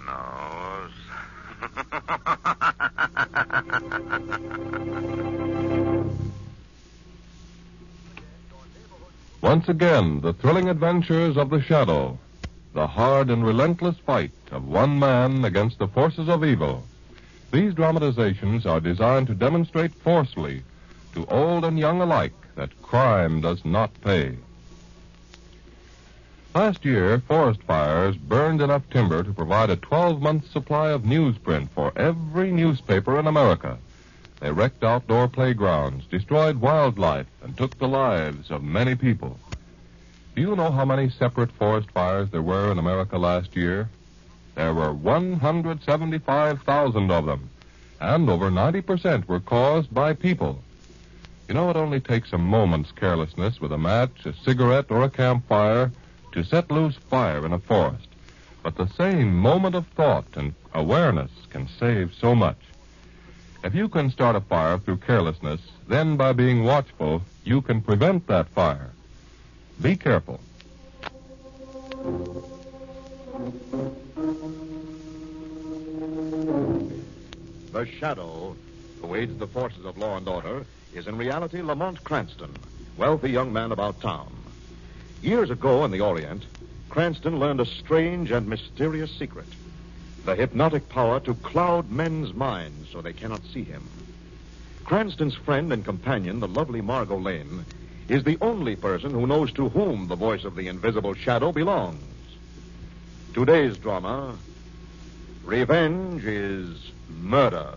Once again, the thrilling adventures of the shadow, the hard and relentless fight of one man against the forces of evil. These dramatizations are designed to demonstrate forcefully to old and young alike that crime does not pay. Last year, forest fires burned enough timber to provide a 12 month supply of newsprint for every newspaper in America. They wrecked outdoor playgrounds, destroyed wildlife, and took the lives of many people. Do you know how many separate forest fires there were in America last year? There were 175,000 of them, and over 90% were caused by people. You know, it only takes a moment's carelessness with a match, a cigarette, or a campfire to set loose fire in a forest. But the same moment of thought and awareness can save so much. If you can start a fire through carelessness, then by being watchful, you can prevent that fire. Be careful. The Shadow, who aids the forces of law and order, is in reality Lamont Cranston, wealthy young man about town. Years ago in the Orient, Cranston learned a strange and mysterious secret the hypnotic power to cloud men's minds so they cannot see him. Cranston's friend and companion, the lovely Margot Lane, is the only person who knows to whom the voice of the invisible shadow belongs. Today's drama Revenge is Murder.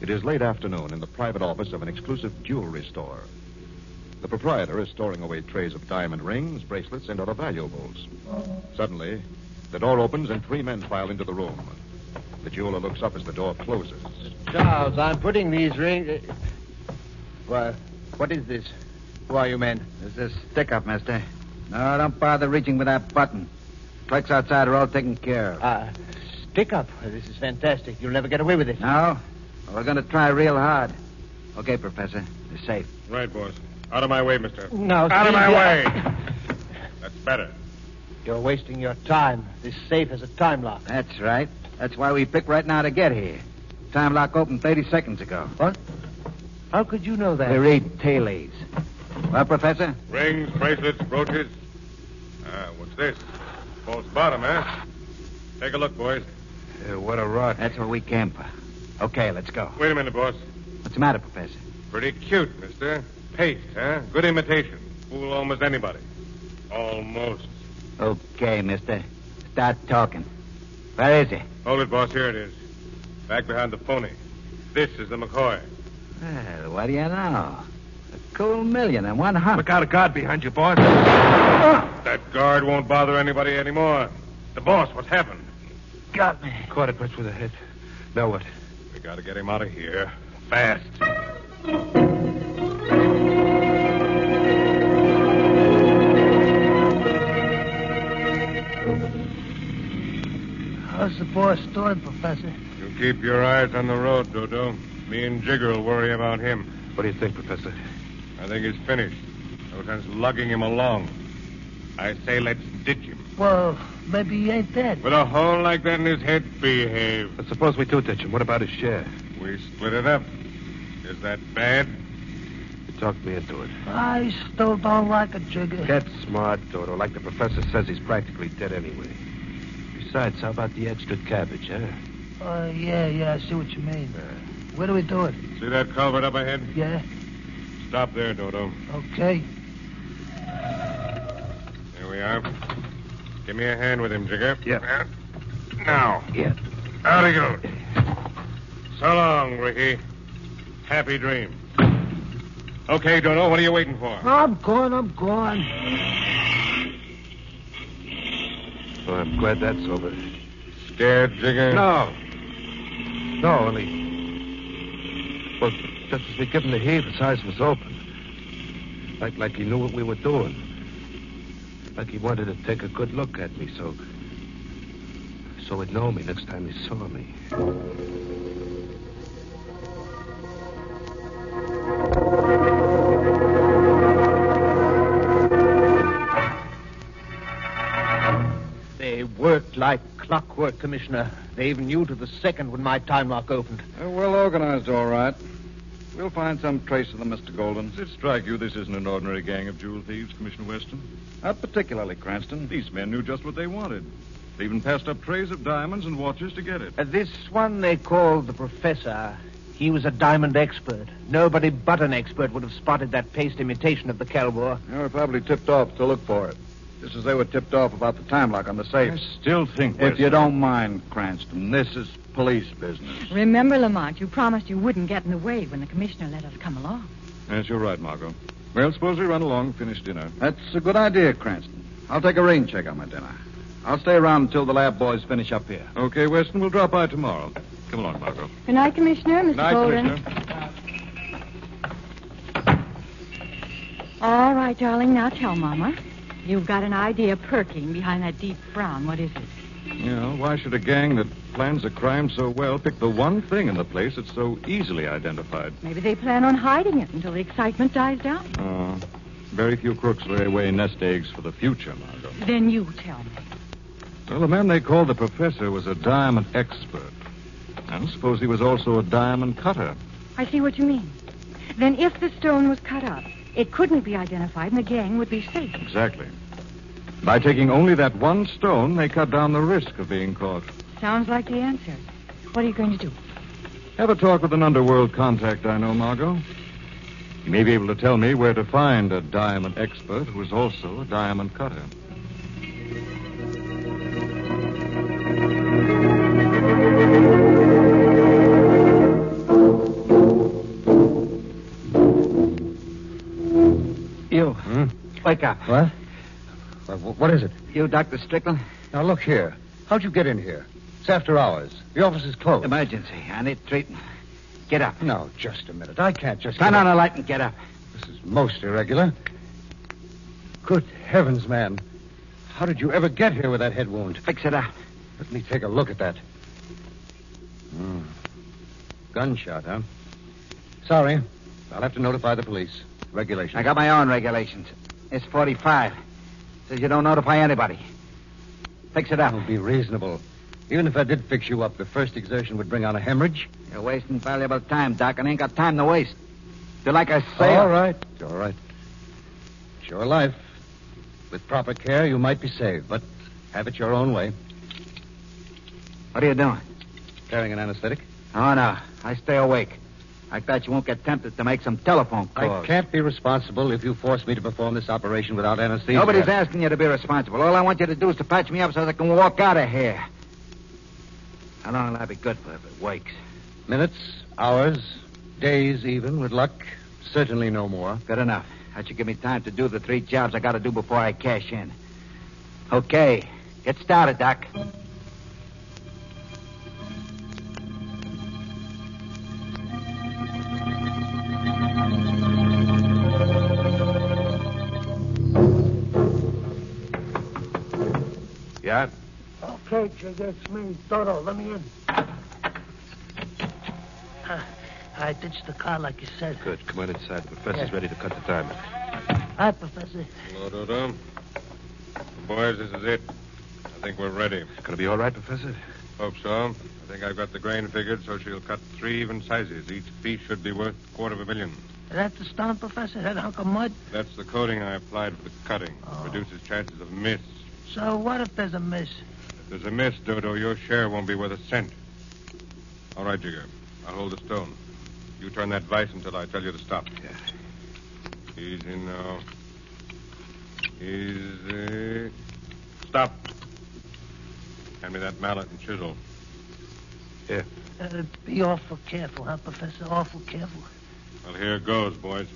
It is late afternoon in the private office of an exclusive jewelry store. The proprietor is storing away trays of diamond rings, bracelets, and other valuables. Suddenly, the door opens and three men file into the room. The jeweler looks up as the door closes. Charles, I'm putting these rings. Why, what is this? Who are you men? This is stick up, mister. No, don't bother reaching for that button. Clerks outside are all taken care of. Uh, stick up. This is fantastic. You'll never get away with it. No? Well, we're going to try real hard. Okay, Professor. You're safe. Right, boss. Out of my way, mister. No, Out of see, my you- way. That's better. You're wasting your time. This safe has a time lock. That's right. That's why we picked right now to get here. Time lock opened 30 seconds ago. What? How could you know that? We read tea leaves. Well, Professor? Rings, bracelets, brooches. Ah, what's this? False bottom, eh? Take a look, boys. Uh, what a rot. That's what we came for. Okay, let's go. Wait a minute, boss. What's the matter, Professor? Pretty cute, mister. Paste, huh? Good imitation. Fool almost anybody. Almost. Okay, mister. Start talking. Where is he? Hold it, boss. Here it is. Back behind the pony. This is the McCoy. Well, what do you know? A cool million and one hundred. out of guard behind you, boss. That guard won't bother anybody anymore. The boss, what happened? got me. Caught it, Butch, with a hit. Now what? We gotta get him out of here. Fast. How's the boss doing, Professor? You keep your eyes on the road, Dodo. Me and Jigger'll worry about him. What do you think, Professor? I think he's finished. No sense lugging him along. I say let's ditch him. Well, maybe he ain't dead. With a hole like that in his head, behave. But suppose we do ditch him. What about his share? We split it up. Is that bad? You talked me into it. I still don't like a jigger. Get smart, Dodo. Like the professor says, he's practically dead anyway. Besides, how about the extra cabbage, huh? Uh, yeah, yeah, I see what you mean. Where do we do it? See that culvert up ahead? Yeah? Stop there, Dodo. Okay. Here we are. Give me a hand with him, Jigger. Yeah. Uh, Now. Yeah. Out he goes. So long, Ricky. Happy dreams. Okay, Dodo, what are you waiting for? I'm gone, I'm gone. Well, I'm glad that's over. Scared, Jigger? No. No, only. Well, just as we give him the heave, his eyes was open. Like, like he knew what we were doing. Like he wanted to take a good look at me, so. So he'd know me next time he saw me. clockwork, Commissioner. They even knew to the second when my time lock opened. They're well organized, all right. We'll find some trace of them, Mr. Golden. Does it strike you this isn't an ordinary gang of jewel thieves, Commissioner Weston? Not particularly, Cranston. These men knew just what they wanted. They even passed up trays of diamonds and watches to get it. Uh, this one they called the Professor. He was a diamond expert. Nobody but an expert would have spotted that paste imitation of the Calbor. They were probably tipped off to look for it. Just as they were tipped off about the time lock on the safe. I still think. If you Weston- don't mind, Cranston, this is police business. Remember, Lamont, you promised you wouldn't get in the way when the commissioner let us come along. Yes, you're right, Margot. Well, suppose we run along and finish dinner. That's a good idea, Cranston. I'll take a rain check on my dinner. I'll stay around until the lab boys finish up here. Okay, Weston, we'll drop by tomorrow. Come along, Margot. Good night, Commissioner, Mr. Night, Golden. Commissioner. All right, darling, now tell Mama. You've got an idea perking behind that deep frown. What is it? You know, why should a gang that plans a crime so well pick the one thing in the place that's so easily identified? Maybe they plan on hiding it until the excitement dies down. Uh, very few crooks lay away nest eggs for the future, Margot. Then you tell me. Well, the man they called the professor was a diamond expert. And suppose he was also a diamond cutter. I see what you mean. Then if the stone was cut up, it couldn't be identified and the gang would be safe. Exactly. By taking only that one stone, they cut down the risk of being caught. Sounds like the answer. What are you going to do? Have a talk with an underworld contact I know, Margot. He may be able to tell me where to find a diamond expert who is also a diamond cutter. You. Hmm? Wake up. What? What is it? You, Dr. Strickland? Now, look here. How'd you get in here? It's after hours. The office is closed. Emergency. I need treatment. Get up. No, just a minute. I can't just. Turn on a light and get up. This is most irregular. Good heavens, man. How did you ever get here with that head wound? Fix it up. Let me take a look at that. Hmm. Gunshot, huh? Sorry. I'll have to notify the police. Regulation. I got my own regulations. It's 45. Says you don't notify anybody. Fix it up. That'll be reasonable. Even if I did fix you up, the first exertion would bring on a hemorrhage. You're wasting valuable time, Doc, and ain't got time to waste. Do like I say. All right, all right. It's your life. With proper care, you might be saved, but have it your own way. What are you doing? Carrying an anesthetic? Oh, no. I stay awake. Like that, you won't get tempted to make some telephone calls. I can't be responsible if you force me to perform this operation without anesthesia. Nobody's asking you to be responsible. All I want you to do is to patch me up so that I can walk out of here. How long will I be good for if it wakes? Minutes, hours, days, even, with luck. Certainly no more. Good enough. That should give me time to do the three jobs I got to do before I cash in. Okay. Get started, Doc. Yeah? Okay, Jig, it's me, Toto. Let me in. I ditched the car like you said. Good. Come on inside. The professor's ready to cut the diamond. Hi, Professor. Hello, Dodo. Boys, this is it. I think we're ready. Gonna be all right, Professor? Hope so. I think I've got the grain figured, so she'll cut three even sizes. Each piece should be worth a quarter of a million. Is that the stone, Professor? That hunk of mud? That's the coating I applied for the cutting. Reduces chances of miss. So what if there's a miss? If there's a miss, Dodo, your share won't be worth a cent. All right, Jigger. I'll hold the stone. You turn that vise until I tell you to stop. Easy now. Easy. Stop. Hand me that mallet and chisel. Uh, be awful careful, huh, Professor? Awful careful. Well, here goes, boys.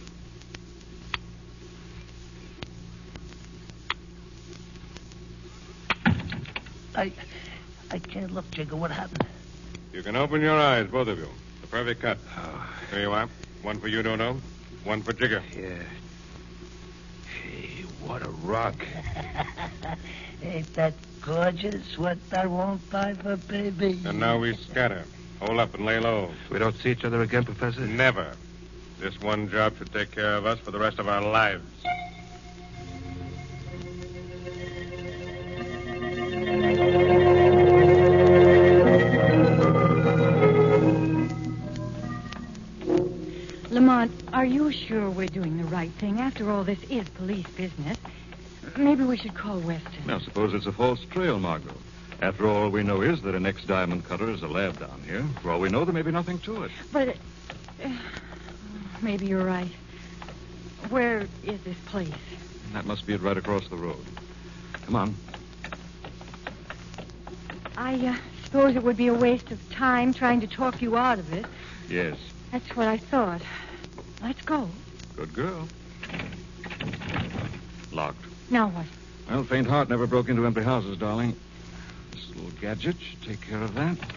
I I can't look, Jigger. What happened? You can open your eyes, both of you. The perfect cut. Here you are. One for you, Dodo. One for Jigger. Yeah. Hey, what a rock. Ain't that gorgeous? What I won't buy for baby. And now we scatter. Hole up and lay low. We don't see each other again, Professor? Never. This one job should take care of us for the rest of our lives. Lamont, are you sure we're doing the right thing? After all, this is police business. Maybe we should call Weston. Now, suppose it's a false trail, Margot. After all we know is that an ex diamond cutter is a lab down here. For all we know, there may be nothing to it. But uh, uh, maybe you're right. Where is this place? That must be it right across the road. Come on. I uh, suppose it would be a waste of time trying to talk you out of it. Yes. That's what I thought. Let's go. Good girl. Locked. Now what? Well, faint heart never broke into empty houses, darling. This little gadget should take care of that.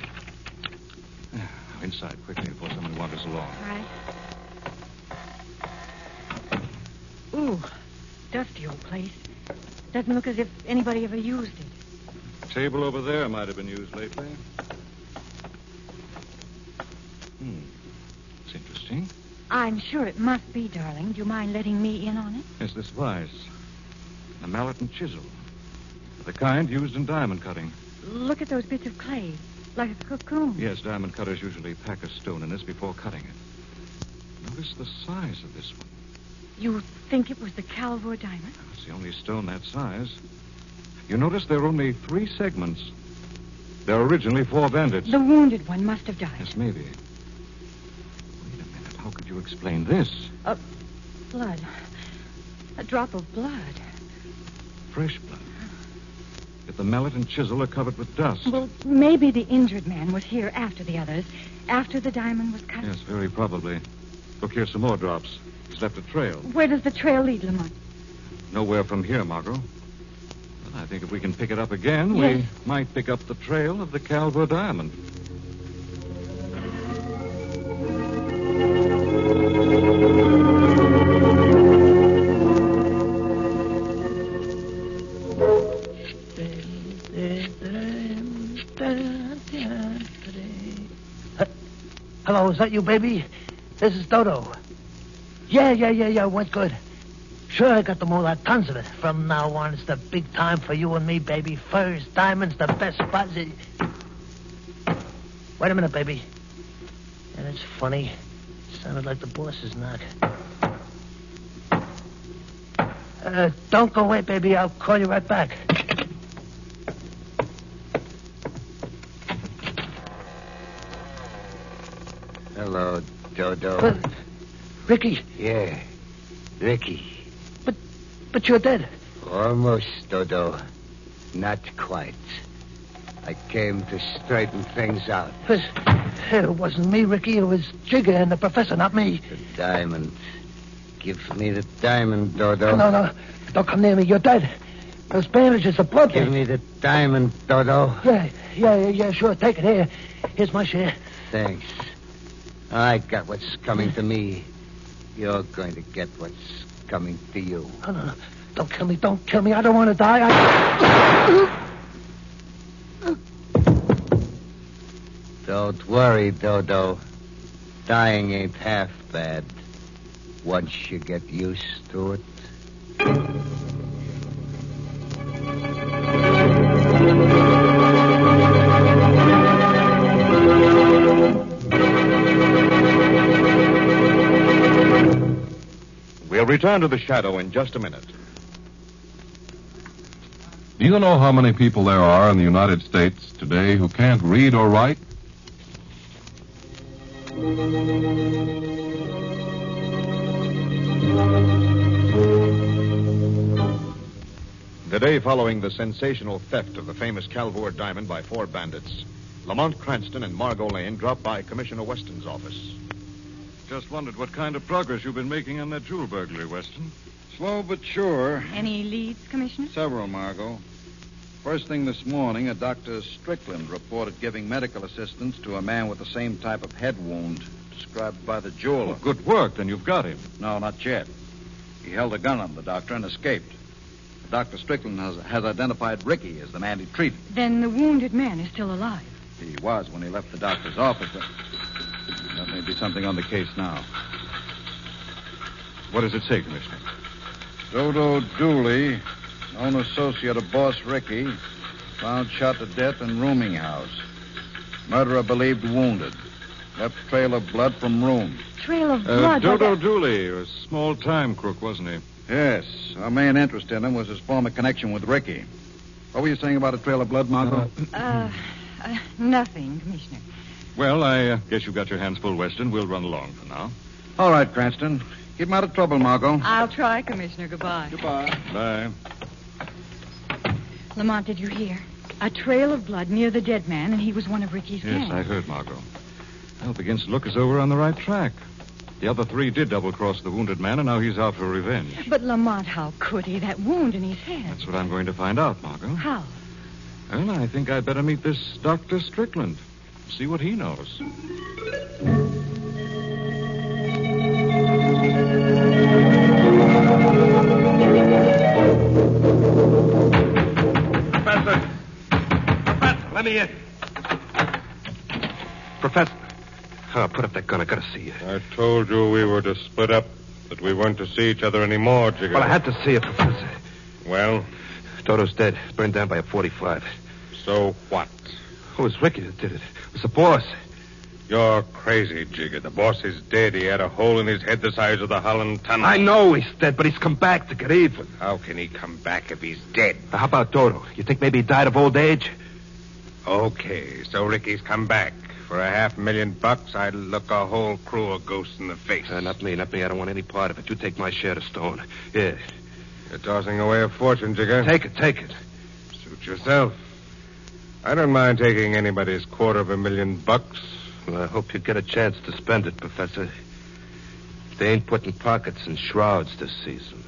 Now, Inside quickly before someone wanders along. All right. Ooh, dusty old place. Doesn't look as if anybody ever used it. Table over there might have been used lately. Hmm. It's interesting. I'm sure it must be, darling. Do you mind letting me in on it? Yes, this vise. A mallet and chisel. The kind used in diamond cutting. Look at those bits of clay, like a cocoon. Yes, diamond cutters usually pack a stone in this before cutting it. Notice the size of this one. You think it was the Calvor diamond? It's the only stone that size. You notice there are only three segments. There are originally four bandits. The wounded one must have died. Yes, maybe. Wait a minute. How could you explain this? Blood. A drop of blood. Fresh blood. Yet the mallet and chisel are covered with dust. Well, maybe the injured man was here after the others, after the diamond was cut. Yes, very probably. Look, here's some more drops. He's left a trail. Where does the trail lead, Lamont? Nowhere from here, Margot. Well, I think if we can pick it up again, we Yes. might pick up the trail of the Calvo Diamond. Hello, is that you, baby? This is Dodo. Yeah, yeah, yeah, yeah, went good. Sure, I got the moolah, tons of it. From now on, it's the big time for you and me, baby. Furs, diamonds, the best spots. It- Wait a minute, baby. And it's funny. Sounded like the boss's knock. Uh, don't go away, baby. I'll call you right back. Hello, Dodo. But, Ricky, Yeah. Ricky. but you're dead. Almost, Dodo. Not quite. I came to straighten things out. It, it wasn't me, Ricky. It was Jigger and the professor, not me. The diamond. Give me the diamond, Dodo. No, no. Don't come near me. You're dead. Those bandages are blood. Give me the diamond, Dodo. Yeah, yeah, yeah, yeah, sure. Take it here. Here's my share. Thanks. I got what's coming to me. You're going to get what's coming to you. No, no, no. Don't kill me. Don't kill me. I don't want to die. I... Don't worry, Dodo. Dying ain't half bad. Once you get used to it. We'll return to the shadow in just a minute. Do you know how many people there are in the United States today who can't read or write? The day following the sensational theft of the famous Calvor diamond by four bandits, Lamont Cranston and Margot Lane dropped by Commissioner Weston's office. Just wondered what kind of progress you've been making on that jewel burglary, Weston. Slow but sure. Any leads, Commissioner? Several, Margot. First thing this morning, a Dr. Strickland reported giving medical assistance to a man with the same type of head wound described by the jeweler. Well, good work. Then you've got him. No, not yet. He held a gun on the doctor and escaped. Dr. Strickland has, has identified Ricky as the man he treated. Then the wounded man is still alive. He was when he left the doctor's office, but there may be something on the case now. What does it say, Commissioner? Dodo Dooley, known associate of Boss Ricky, found shot to death in rooming house. Murderer believed wounded. Left trail of blood from room. trail of Uh, blood. like Dodo a- Dooley, a small time crook, wasn't he? Yes, our main interest in him was his former connection with Ricky. What were you saying about a trail of blood, Margot? Uh, uh, nothing, Commissioner. Well, I uh, guess you've got your hands full, Weston. We'll run along for now. All right, Cranston. Keep him out of trouble, Margot. I'll try, Commissioner. Goodbye. Goodbye. Bye. Lamont, did you hear? A trail of blood near the dead man, and he was one of Ricky's Yes, gang. I heard, Margot. Well, it begins to look as though we're on the right track. The other three did double cross the wounded man, and now he's out for revenge. But Lamont, how could he? That wound in his head. That's what I'm going to find out, Margot. How? Well, I think I'd better meet this Dr. Strickland. See what he knows. Professor! Professor, let me in. Professor. Oh, put up that gun. I gotta see you. I told you we were to split up, that we weren't to see each other anymore, Jigger. Well, I had to see you, Professor. Well, Dodo's dead. Burned down by a 45. so what? Oh, It was Ricky that did it. It was the boss. You're crazy, Jigger. The boss is dead. He had a hole in his head the size of the Holland Tunnel. I know he's dead, but he's come back to get even. How can he come back if he's dead? Now, how about Dodo? You think maybe he died of old age? Okay, so Ricky's come back. For a half million bucks, I'd look a whole crew of ghosts in the face. Uh, not me, not me. I don't want any part of it. You take my share of stone. Here. You're tossing away a fortune, Jigger. Take it, take it. Suit yourself. I don't mind taking anybody's quarter of a million bucks. Well, I hope you get a chance to spend it, Professor. They ain't putting pockets in shrouds this season.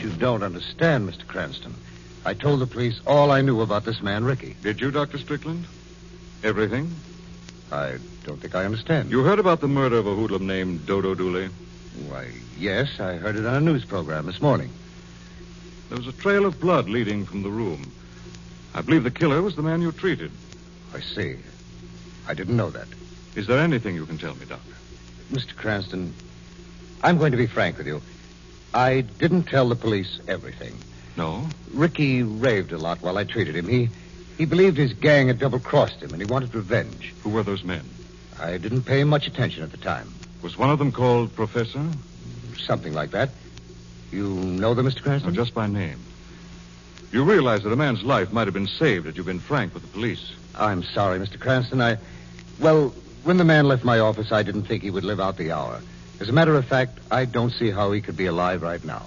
You don't understand, Mr. Cranston. I told the police all I knew about this man, Ricky. Did you, Dr. Strickland? Everything? I don't think I understand. You heard about the murder of a hoodlum named Dodo Dooley? Why, yes, I heard it on a news program this morning. There was a trail of blood leading from the room. I believe the killer was the man you treated. I see. I didn't know that. Is there anything you can tell me, Doctor? Mr. Cranston, I'm going to be frank with you. I didn't tell the police everything. No? Ricky raved a lot while I treated him. He he believed his gang had double crossed him and he wanted revenge. Who were those men? I didn't pay much attention at the time. Was one of them called Professor? Something like that. You know them, Mr. No, Cranston? just by name. You realize that a man's life might have been saved had you been frank with the police. I'm sorry, Mr. Cranston. I. Well, when the man left my office, I didn't think he would live out the hour. As a matter of fact, I don't see how he could be alive right now.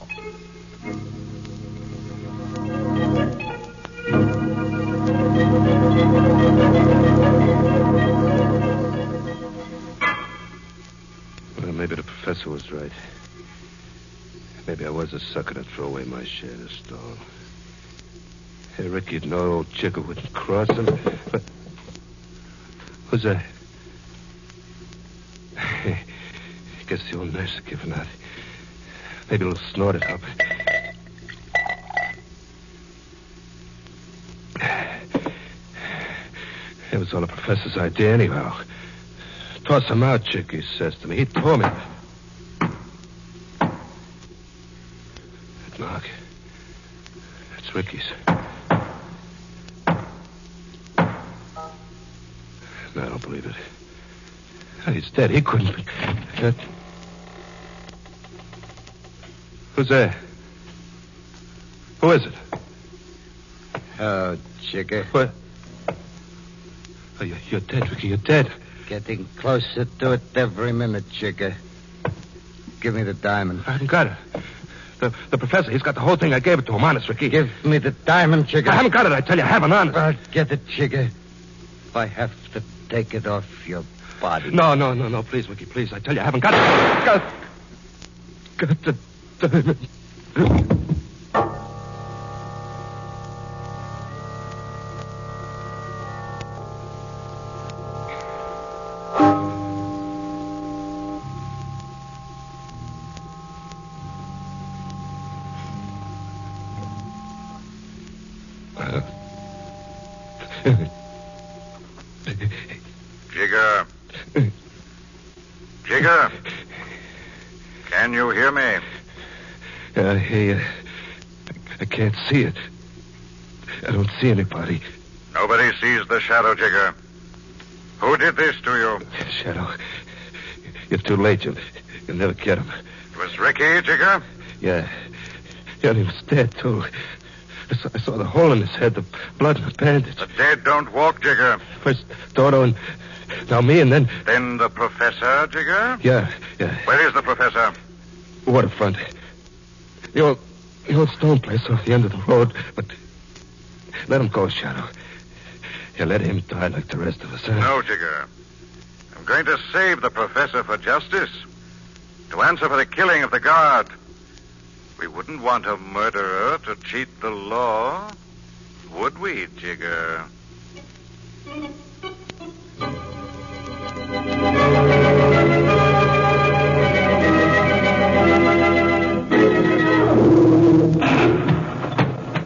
Well, maybe the professor was right. Maybe I was a sucker to throw away my share of stone. Hey, Ricky'd know old Chicker wouldn't cross him. But who's that? Guess the old nurse had given out. Maybe a little snort it up. It was all the professor's idea, anyhow. Toss him out, Chick, he says to me. He tore me. That mark. That's Ricky's. No, I don't believe it. Well, He's dead. He couldn't be. That... Who's there? Who is it? Oh, Chicker. What? Oh, you're, you're dead, Ricky. You're dead. Getting closer to it every minute, Chicker. Give me the diamond. I haven't got it. The, the professor, he's got the whole thing. I gave it to him, honest, Ricky. Give me the diamond, Chicker. I haven't got it, I tell you. I haven't, honest. I'll get it, Chicker. If I have to take it off your body. no, no, no, no. Please, Ricky, please. I tell you, I haven't got it. Got, got the diamond. Uh, Jigger. Jigger. Can you hear me? Yeah, I Hey, uh, I can't see it. I don't see anybody. Nobody sees the shadow, Jigger. Who did this to you? Shadow, you're too late. You'll, you'll never get him. It was Ricky, Jigger? Yeah. Yeah, and he was dead, too. I saw, I saw the hole in his head, the blood and the bandage. The dead don't walk, Jigger. First Dodo and now me, and then, Then the professor, Jigger? yeah, yeah, Where is the professor? waterfront. The old, the old stone place off the end of the road. But let him go, Shadow. Yeah, let him die like the rest of us. Huh? No, Jigger. I'm going to save the professor for justice. To answer for the killing of the guard. We wouldn't want a murderer to cheat the law, would we, Jigger?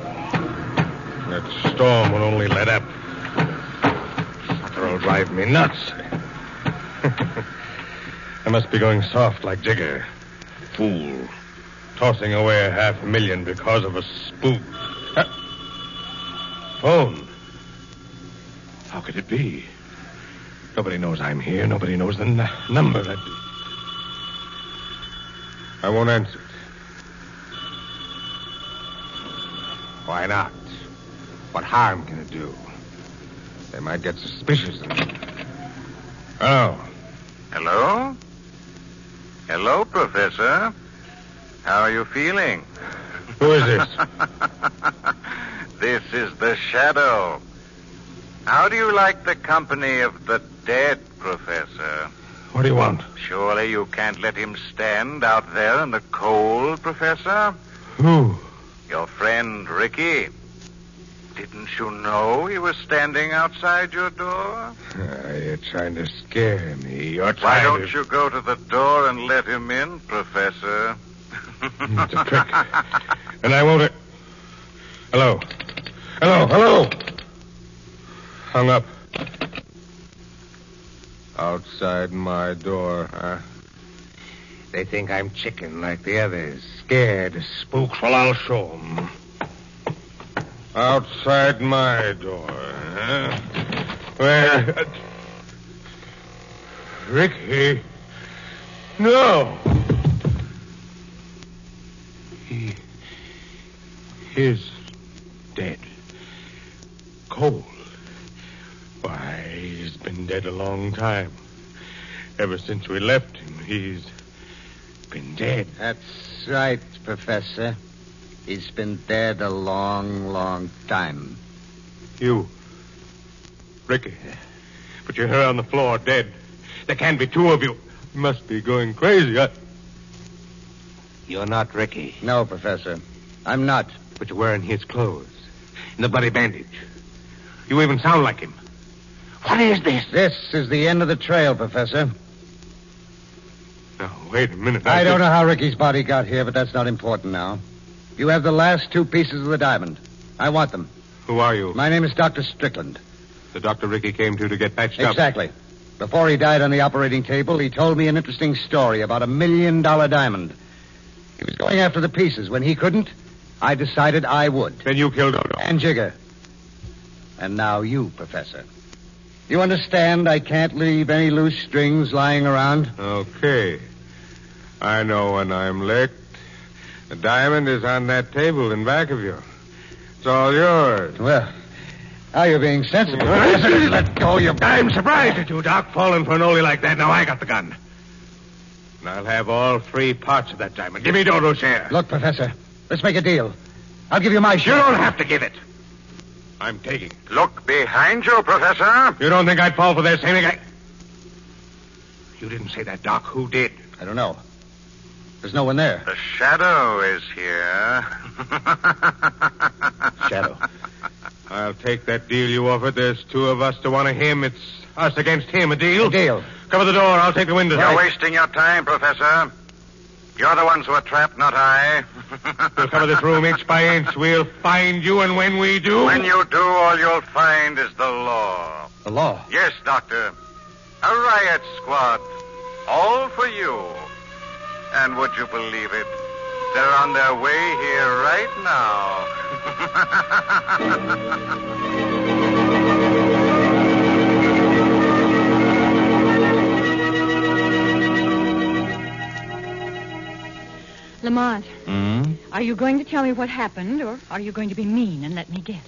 That storm will only let up. That'll drive me nuts. I must be going soft like Jigger. Fool. Tossing away a half million because of a spook. Ah. Phone. How could it be? Nobody knows I'm here. Nobody knows the n- number. I... I won't answer it. Why not? What harm can it do? They might get suspicious. Oh, And... Hello. Hello? Hello, Professor. How are you feeling? Who is this? This is the Shadow. How do you like the company of the dead, Professor? what do you want? Surely you can't let him stand out there in the cold, Professor? Who? Your friend Ricky. Didn't you know he was standing outside your door? Ah, you're trying to scare me. You're Why trying don't to... you go to the door and let him in, Professor? It's a trick. And I won't... uh, Hello. Hello, hello. Hung up. Outside my door, huh? They think I'm chicken like the others. Scared, spooked. Well, I'll show 'em. Outside my door, huh? Where... Ricky? No! He is dead. Cold. Why, he's been dead a long time. Ever since we left him, he's been dead. That's right, Professor. He's been dead a long, long time. You. Ricky. But you're here on the floor, dead. There can't be two of you. Must be going crazy. I... You're not Ricky. No, Professor. I'm not. But you're wearing his clothes. And the bloody bandage. You even sound like him. What is this? This is the end of the trail, Professor. Now, wait a minute. I don't know how Ricky's body got here, but that's not important now. You have the last two pieces of the diamond. I want them. Who are you? My name is Dr. Strickland. The doctor Ricky came to to get patched up. Exactly. Before he died on the operating table, he told me an interesting story about a million dollar diamond. He was going after the pieces. When he couldn't, I decided I would. Then you killed Odo. And Jigger. And now you, Professor. You understand I can't leave any loose strings lying around? Okay. I know when I'm licked. The diamond is on that table in back of you. It's all yours. Well, now you're being sensible. Let go, you... I'm surprised at you, Doc, falling for an Ole like that. Now I got the gun. And I'll have all three parts of that diamond. Give me Dodo's share. Look, Professor, let's make a deal. I'll give you my share. You don't have to give it. I'm taking it. Look behind you, Professor. You don't think I'd fall for this, anything? I... You didn't say that, Doc. Who did? I don't know. There's no one there. The shadow is here. Shadow. I'll take that deal you offered. There's two of us to one of him. It's us against him. A deal? A deal. Cover the door. I'll take the windows. You're I- wasting your time, Professor. You're the ones who are trapped, not I. We'll cover this room inch by inch. We'll find you, and when we do. When you do, all you'll find is the law. The law. Yes, Doctor. A riot squad. All for you. And would you believe it? They're on their way here right now. Lamont, Hmm? are you going to tell me what happened, or are you going to be mean and let me guess?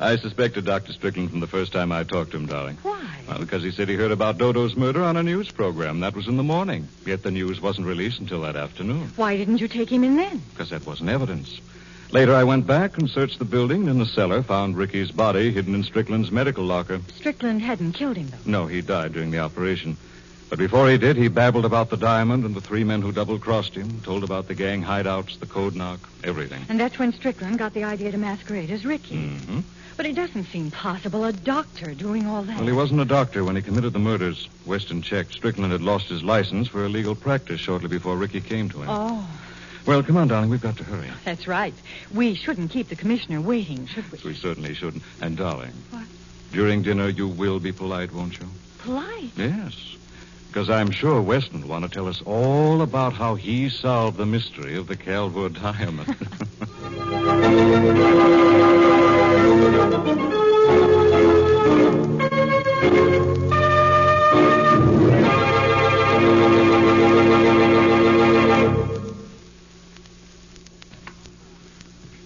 I suspected Dr. Strickland from the first time I talked to him, darling. Why? Well, because he said he heard about Dodo's murder on a news program. That was in the morning. Yet the news wasn't released until that afternoon, Why didn't you take him in then? because that wasn't evidence. Later, I went back and searched the building and in the cellar, found Ricky's body hidden in Strickland's medical locker. Strickland hadn't killed him, though. No, he died during the operation. But before he did, he babbled about the diamond and the three men who double crossed him, told about the gang hideouts, the code knock, everything. And that's when Strickland got the idea to masquerade as Ricky. Mm-hmm. But it doesn't seem possible a doctor doing all that. Well, he wasn't a doctor when he committed the murders. Weston checked. Strickland had lost his license for illegal practice shortly before Ricky came to him. Oh, Well, come on, darling. We've got to hurry. that's right. We shouldn't keep the commissioner waiting, should we? We certainly shouldn't. And, darling. What? During dinner, you will be polite, won't you? Polite. Yes. Because I'm sure Weston will want to tell us all about how he solved the mystery of the Calwood diamond.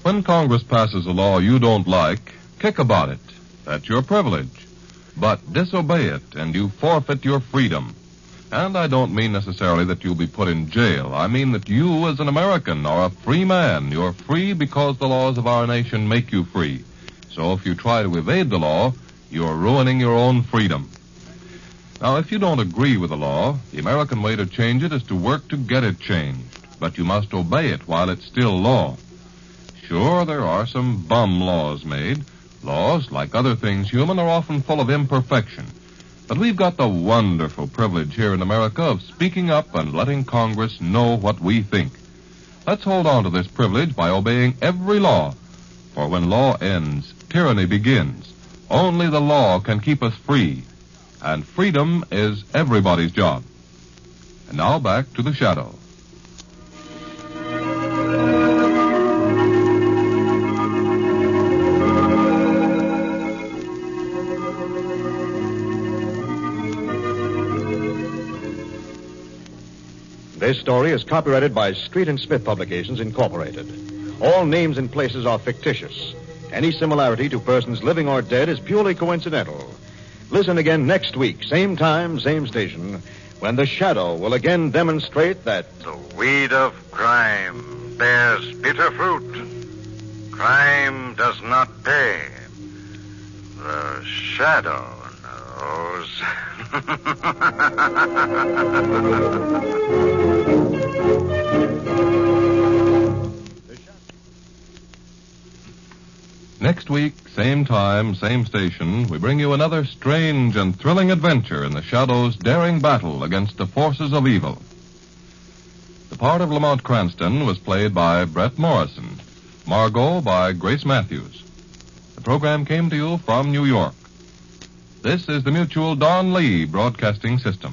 When Congress passes a law you don't like, kick about it. That's your privilege. But disobey it and you forfeit your freedom. And I don't mean necessarily that you'll be put in jail. I mean that you, as an American, are a free man. You're free because the laws of our nation make you free. So if you try to evade the law, you're ruining your own freedom. Now, if you don't agree with the law, the American way to change it is to work to get it changed. But you must obey it while it's still law. Sure, there are some bum laws made. Laws, like other things human, are often full of imperfection. But we've got the wonderful privilege here in America of speaking up and letting Congress know what we think. Let's hold on to this privilege by obeying every law. For when law ends, tyranny begins. Only the law can keep us free. And freedom is everybody's job. And now back to the shadow. This story is copyrighted by Street and Smith Publications, Incorporated. All names and places are fictitious. Any similarity to persons living or dead is purely coincidental. Listen again next week, same time, same station, when the shadow will again demonstrate that Weed of crime bears bitter fruit. Crime does not pay. The shadow knows. Next week, same time, same station, we bring you another strange and thrilling adventure in the Shadow's daring battle against the forces of evil. The part of Lamont Cranston was played by Brett Morrison, Margot by Grace Matthews. The program came to you from New York. This is the Mutual Don Lee Broadcasting System.